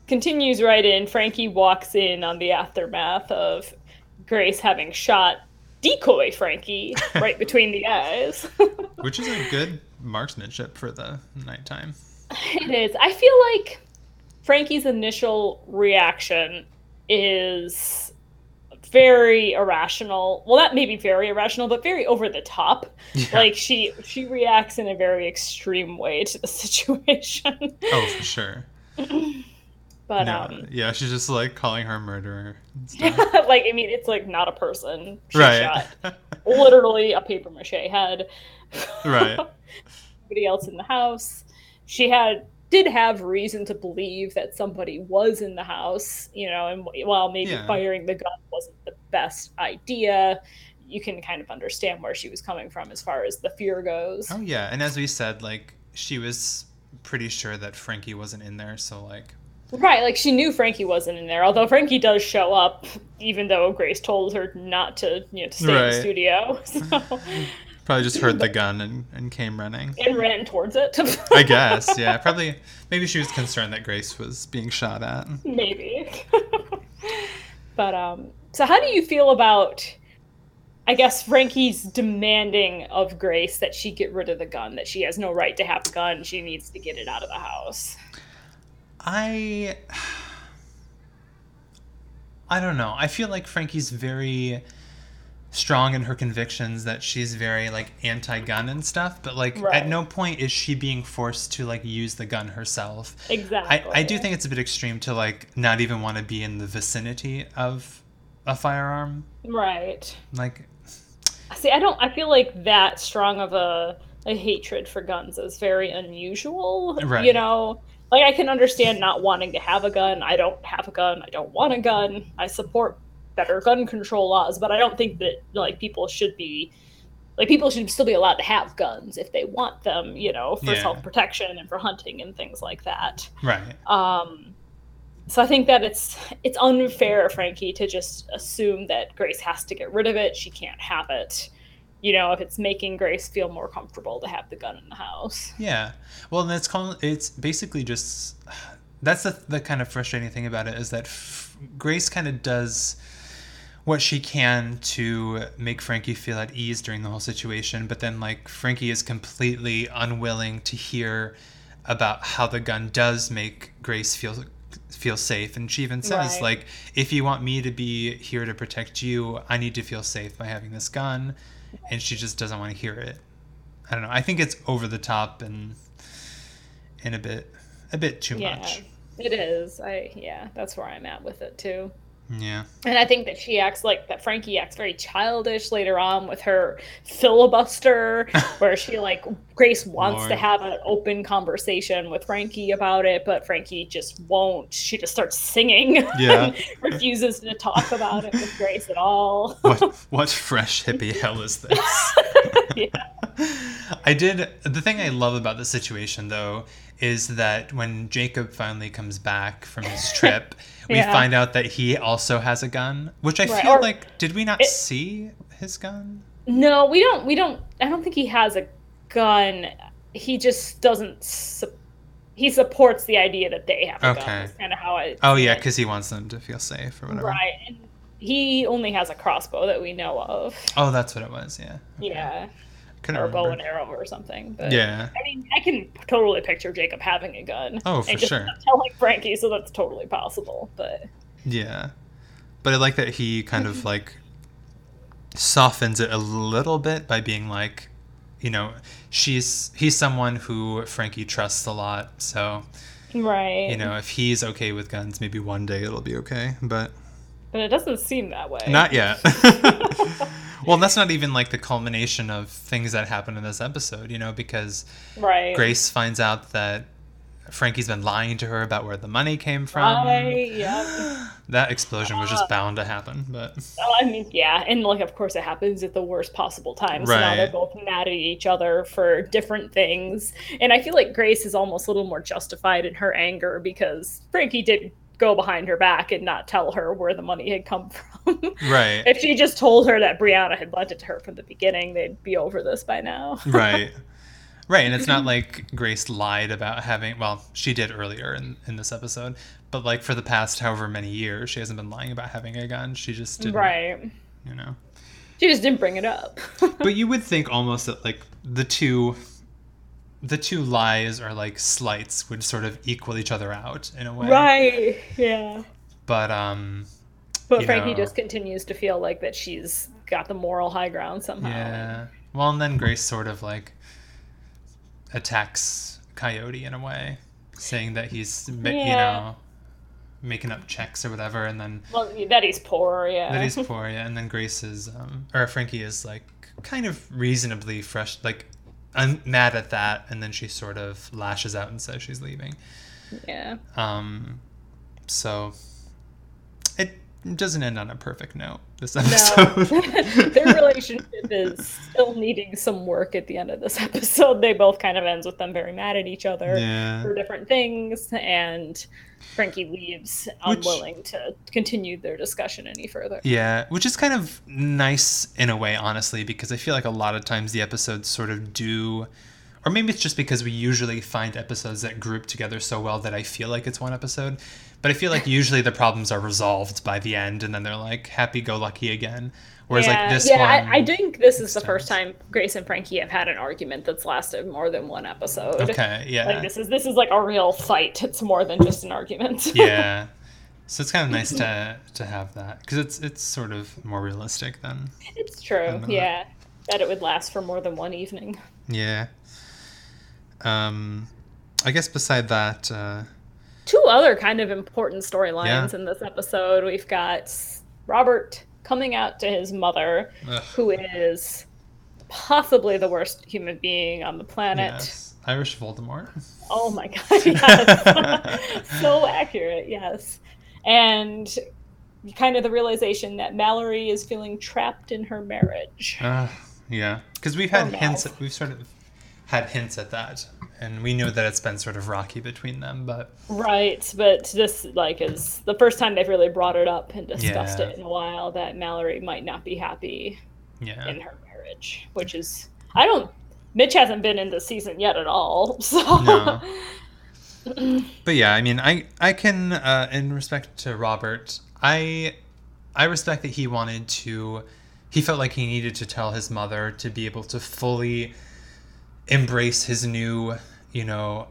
continues right in. Frankie walks in on the aftermath of Grace having shot decoy Frankie right between the eyes. [LAUGHS]
which is a good marksmanship for the nighttime.
it is. I feel like Frankie's initial reaction is very irrational. Well, that may be very irrational, but very over the top. Like she she reacts in a very extreme way to the [LAUGHS] situation.
oh, for sure.
but
no,
um [LAUGHS]
yeah, she's just like calling her a murderer. And stuff.
like I mean, it's like not a person. She
right,
Shot. Literally a paper mache head.
[LAUGHS]
[LAUGHS]
right.
Nobody else in the house. She had did have reason to believe that somebody was in the house. You know, and while maybe
Yeah.
firing the gun wasn't the best idea, you can kind of understand where she was coming from as far as the fear goes.
Oh yeah, and as we said, like she was pretty sure that Frankie wasn't in there, so like
Right, like she knew Frankie wasn't in there, although Frankie does show up, even though Grace told her not to, you know, to stay in
Right.
the studio. [LAUGHS]
[LAUGHS]
So
probably just heard the gun and, and came running.
and ran towards it.
I guess, yeah, probably. Maybe she was concerned that Grace was being shot at.
Maybe. [LAUGHS] but um so how do you feel about I guess Frankie's demanding of Grace that she get rid of the gun, that she has no right to have the gun, she needs to get it out of the house.
I [SIGHS] I don't know. I feel like Frankie's very strong in her convictions that she's very like anti-gun and stuff, but like
Right.
at no point is she being forced to like use the gun herself.
Exactly.
I, I do think it's a bit extreme to like not even want to be in the vicinity of a firearm.
Right.
Like
See, I don't I feel like that strong of a, a hatred for guns is very unusual. You
Right.
know? Like I can understand not wanting to have a gun. I don't have a gun. I don't want a gun. I support better gun control laws, but I don't think that like people should be like people should still be allowed to have guns if they want them, you know, for
Yeah.
self protection and for hunting and things like that.
right.
Um, so I think that it's it's unfair, Frankie, to just assume that Grace has to get rid of it. She can't have it. You know, if it's making Grace feel more comfortable to have the gun in the house.
Yeah. Well, and it's called, it's basically just that's the, the kind of frustrating thing about it is that f- Grace kind of does what she can to make Frankie feel at ease during the whole situation, but then like Frankie is completely unwilling to hear about how the gun does make Grace feel feel safe and she even says
Right.
like if you want me to be here to protect you I need to feel safe by having this gun and she just doesn't want to hear it I don't know. I think it's over the top and and a bit a bit too
yeah,
much.
it is. I yeah, that's where I'm at with it too.
Yeah.
And I think that she acts like that Frankie acts very childish later on with her
[LAUGHS]
filibuster, where she like Grace wants to
Lord.
have an open conversation with Frankie about it, but Frankie just won't. She just starts singing.
Yeah.
[LAUGHS] refuses to talk about it with Grace at all.
what what fresh hippie hell is this?
[LAUGHS]
[LAUGHS]
Yeah.
I did the thing I love about the situation though is that when Jacob finally comes back
[LAUGHS]
from his trip, we
Yeah.
find out that he also has a gun, which I
Right,
feel
or-
like did we not
It-
see his gun?
No, we don't. We don't. I don't think he has a gun. He just doesn't. Su- he supports the idea that they have a
Okay.
gun. Is kind of how I.
Oh yeah, cuz he wants them to feel safe or whatever.
Right. And he only has a crossbow that we know of.
Oh, that's what it was, yeah. Okay.
Yeah,
Couldn't
or a bow and
remember.
arrow or something. But
Yeah.
I mean, I can totally picture Jacob having a gun.
Oh, for
and just
sure.
not telling Frankie, so that's totally possible. But
Yeah. But I like that he kind of like softens it a little bit by being like, you know, she's he's someone who Frankie trusts a lot, so
right.
you know, if he's okay with guns, maybe one day it'll be okay, but
But it doesn't seem that way.
not yet. [LAUGHS] well, that's not even like the culmination of things that happen in this episode, you know, because
right.
Grace finds out that Frankie's been lying to her about where the money came from.
I, yeah.
That explosion was just bound to happen, but
Oh, I mean, yeah, and like, of course, it happens at the worst possible time. So now they're
Right.
both mad at each other for different things, and I feel like Grace is almost a little more justified in her anger because Frankie did go behind her back and not tell her where the money had come [LAUGHS] from.
right.
if she just told her that Brianna had lent it to her from the beginning, they'd be over this by now.
right right and it's not
[LAUGHS]
like grace lied about having well she did earlier in, in this episode but like for the past however many years she hasn't been lying about having a gun she just didn't
Right. [LAUGHS]
you know
She just didn't bring it
[LAUGHS]
up.
but you would think almost that like the two the two lies or like slights would sort of equal each other out in a way
right. Yeah.
but um
But
You
Frankie
know.
just continues to feel like that she's got the moral high ground somehow.
yeah well and then grace sort of like attacks coyote in a way saying that he's ma- you
Yeah.
know making up checks or whatever and then
Well, that he's poor, yeah.
That he's poor, yeah. And then Grace is, um, or Frankie is like kind of reasonably fresh, like I'm mad at that, and then she sort of lashes out and says she's leaving. [LAUGHS]
yeah.
Um, so it doesn't end on a perfect note. This episode,
[LAUGHS] Their
[LAUGHS]
relationship is still needing some work at the end of this [LAUGHS] episode. They both kind of ends with them very mad at each other
yeah,
for different things, and Frankie leaves
Which-
unwilling to continue their discussion any further.
yeah, which is kind of nice in a way, honestly, because I feel like a lot of times the episodes sort of do. Or maybe it's just because we usually find episodes that group together so well that I feel like it's one episode. But I
[LAUGHS]
feel like usually the problems are resolved by the end and then they're like happy go lucky again. Whereas like this
yeah,
one
I, I think this is the first
extends.
time Grace and Frankie have had an argument that's lasted more than one episode. [LAUGHS]
Okay, yeah.
Like this is this is like a real fight. It's more than just an argument.
yeah. So it's kind of nice to to have that cuz it's it's sort of more realistic than
[LAUGHS] it's true.
not-
Yeah, that it would last for more than one evening.
yeah. Um I guess beside that uh
Two other kind of important storylines
Yeah.
in this episode. We've got Robert coming out to his mother,
ugh,
who is possibly the worst human being on the planet.
yes. Irish Voldemort.
Oh
[LAUGHS]
my god, yes. so accurate, yes. And kind of the realization that Mallory is feeling trapped in her marriage.
Uh, yeah, because we've had
Oh, no.
hints. We've sort of had hints at that, and we know that it's been sort of rocky between them. But
Right, but this like is the first time they've really brought it up and discussed
Yeah.
it in a while that Mallory might not be happy
yeah,
in her marriage, which is I don't Mitch hasn't been in this season yet at all. [LAUGHS] So
No. but yeah, I mean, I I can uh, in respect to Robert, I I respect that he wanted to. He felt like he needed to tell his mother to be able to fully embrace his new, you know,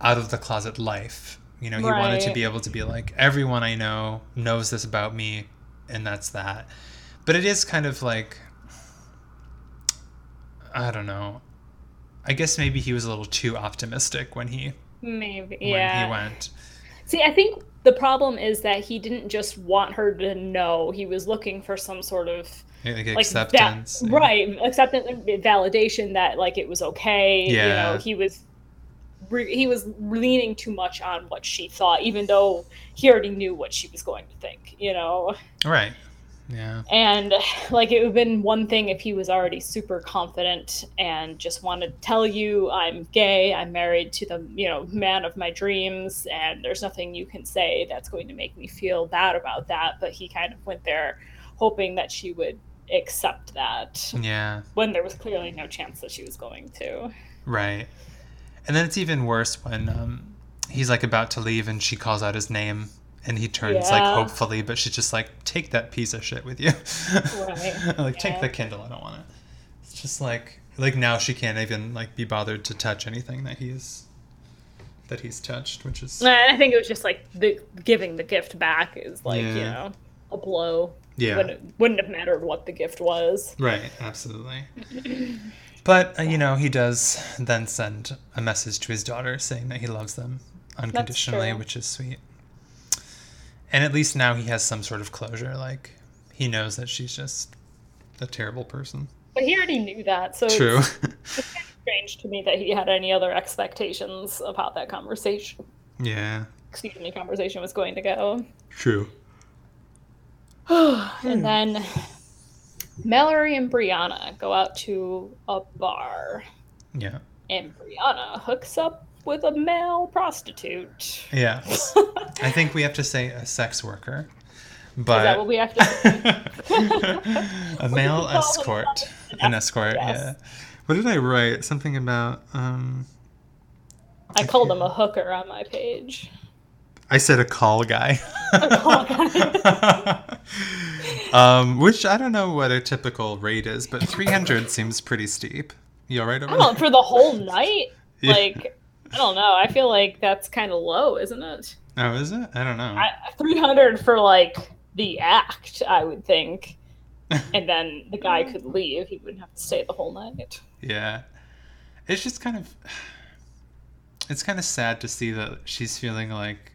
out of the closet life. You know, he wanted to
Right.
be able to be like, everyone I know knows this about me, and that's that. But it is kind of like, I don't know. I guess maybe he was a little too optimistic when he
maybe
when
yeah.
he went.
See, I think the problem is that he didn't just want her to know. He was looking for some sort of
Like
like
acceptance.
that, right? Acceptance, and validation that like it was okay. you
Yeah.
know, he was re- he was leaning too much on what she thought, even though he already knew what she was going to think. You know,
Right. Yeah.
and [SIGHS] like it would have been one thing if he was already super confident and just wanted to tell you, I'm gay, I'm married to the, you know, man of my dreams, and there's nothing you can say that's going to make me feel bad about that. But he kind of went there hoping that she would accept that
Yeah.
when there was clearly no chance that she was going to.
Right. And then it's even worse when um, he's like about to leave and she calls out his name and he turns like
Yeah.
hopefully, but she's just like, take that piece of shit with you.
Right.
[LAUGHS] like, take
Yeah.
the Kindle. I don't want it. It's just like, like now she can't even like be bothered to touch anything that he's that he's touched, which is
And I think it was just like the giving the gift back is like, you
Yeah.
know, a blow.
yeah,
Wouldn't, wouldn't have mattered what the gift was.
right, absolutely. But uh, you know, he does then send a message to his daughter saying that he loves them unconditionally,
true.
which is sweet. And at least now he has some sort of closure. Like he knows that she's just a terrible person.
But he already knew that, so it's-
True.
strange to me that he had any other expectations of how that conversation,
Yeah.
excuse me, conversation was going to go.
True.
and then Mallory and Brianna go out to a bar,
Yeah.
and Brianna hooks up with a male prostitute. [LAUGHS]
Yeah.
Is that
I think we have to say a sex worker, but
what we have to say?
[LAUGHS]
[LAUGHS]
a male
call them?
escort. An escort.
Yes.
Yeah. What did I write? Something about. um
I called him a hooker on my page.
I said a call guy.
call
[LAUGHS] um, which I don't know what a typical rate is, but 300 seems pretty steep. You alright over
I don't know,
there?
for the whole night?
[LAUGHS] Yeah.
Like, I don't know. I feel like that's kind of low, isn't it?
Oh, is it? I don't know.
I, 300 for, like, the act, I would
[LAUGHS]
think. And then the guy could leave. He wouldn't have to stay the whole night.
Yeah. It's just kind of it's kind of sad to see that she's feeling like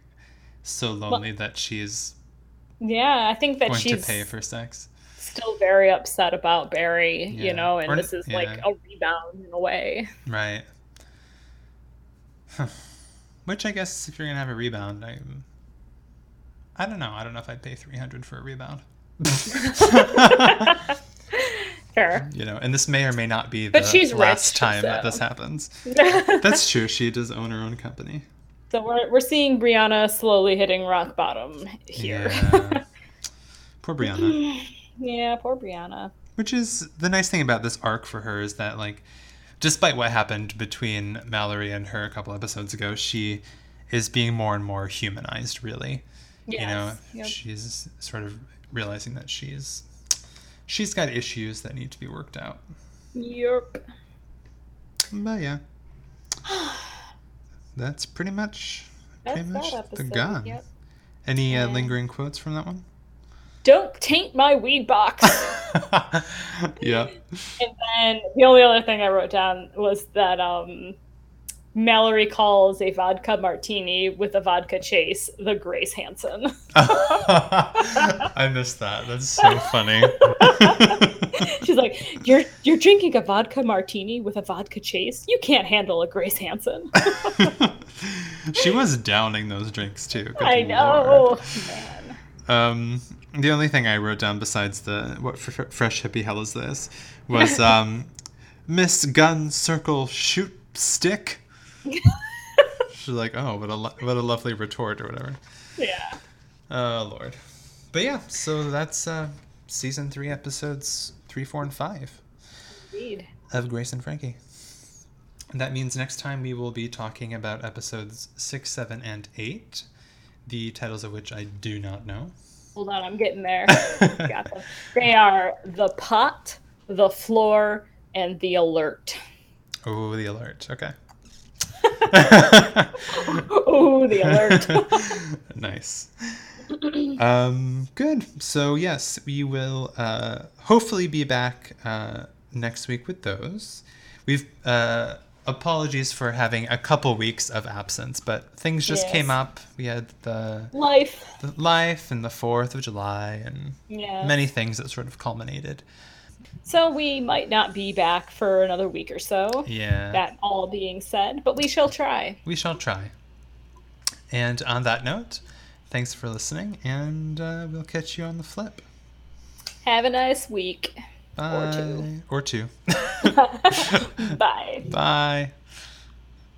so lonely that she is
Yeah, I think that
going
she's
to pay for sex.
still very upset about Barry,
Yeah.
you know, and
Or-
this is like
yeah.
a rebound in a
[LAUGHS]
way. [LAUGHS]
Right. Huh. Which I guess if you're going to have a rebound, I I don't know. I don't know if I'd pay 300 for a rebound. [LAUGHS]
Fair.
you know, and this may or may not be the
But she's
last
rich,
time that
so. [LAUGHS]
this happens.
so
That's true. She does own her own company.
we're, we're seeing Brianna slowly hitting rock bottom here.
Yeah. Poor Brianna.
[LAUGHS] yeah poor Brianna.
Which is the nice thing about this arc for her is that, like, despite what happened between Mallory and her a couple episodes ago, she is being more and more humanized, really. You know, she's sort of realizing that she's she's got issues that need to be worked out.
Yep.
But
[SIGHS]
yeah, that's pretty much pretty
That's
much
that
the
episode.
gun.
Yep.
Any uh,
Yeah.
lingering quotes from
[LAUGHS]
that one?
Don't taint my weed box.
yeah. [LAUGHS]
and then the only other thing I wrote down was that um, Mallory calls a vodka martini with a vodka chase the Grace Hansen. [LAUGHS]
I missed that. That's so
[LAUGHS]
funny. [LAUGHS]
She's like, "You're you're drinking a vodka martini with a vodka chase. You can't handle a Grace Hansen."
she was downing those drinks too. Good
I
lord. [LAUGHS]
know. Man.
Um, the only thing I wrote down besides the what fr- fr- fresh hippie hell is this was um, Miss Gun Circle Shoot Stick. She's like, oh, what a lo- what a lovely retort or whatever.
Yeah.
Oh lord. But yeah, so that's uh, season three, episodes three, four, and five.
Indeed.
of Grace and Frankie. And that means next time we will be talking about episodes six, seven, and eight, the titles of which I do not know.
Hold on, I'm getting there. Got them. They are the pot, the floor, and the alert. [GASPS]
oh, the alert. Okay.
Ooh, the [LAUGHS]
[LAUGHS]
alert.
nice. Um, good. So, yes, we will uh, hopefully be back uh, next week with those. We've uh, apologies for having a couple weeks of absence, but things just
Yes.
came up. We had the
Life.
the life and the 4th of July and
Yeah.
many things that sort of culminated.
So we might not be back for another week or so.
Yeah.
That all being said, but we shall try.
We shall try. And on that note, thanks for listening, and uh, we'll catch you on the flip.
Have a nice week. [LAUGHS]
Bye.
two.
Or two.
Bye.
[LAUGHS] Bye.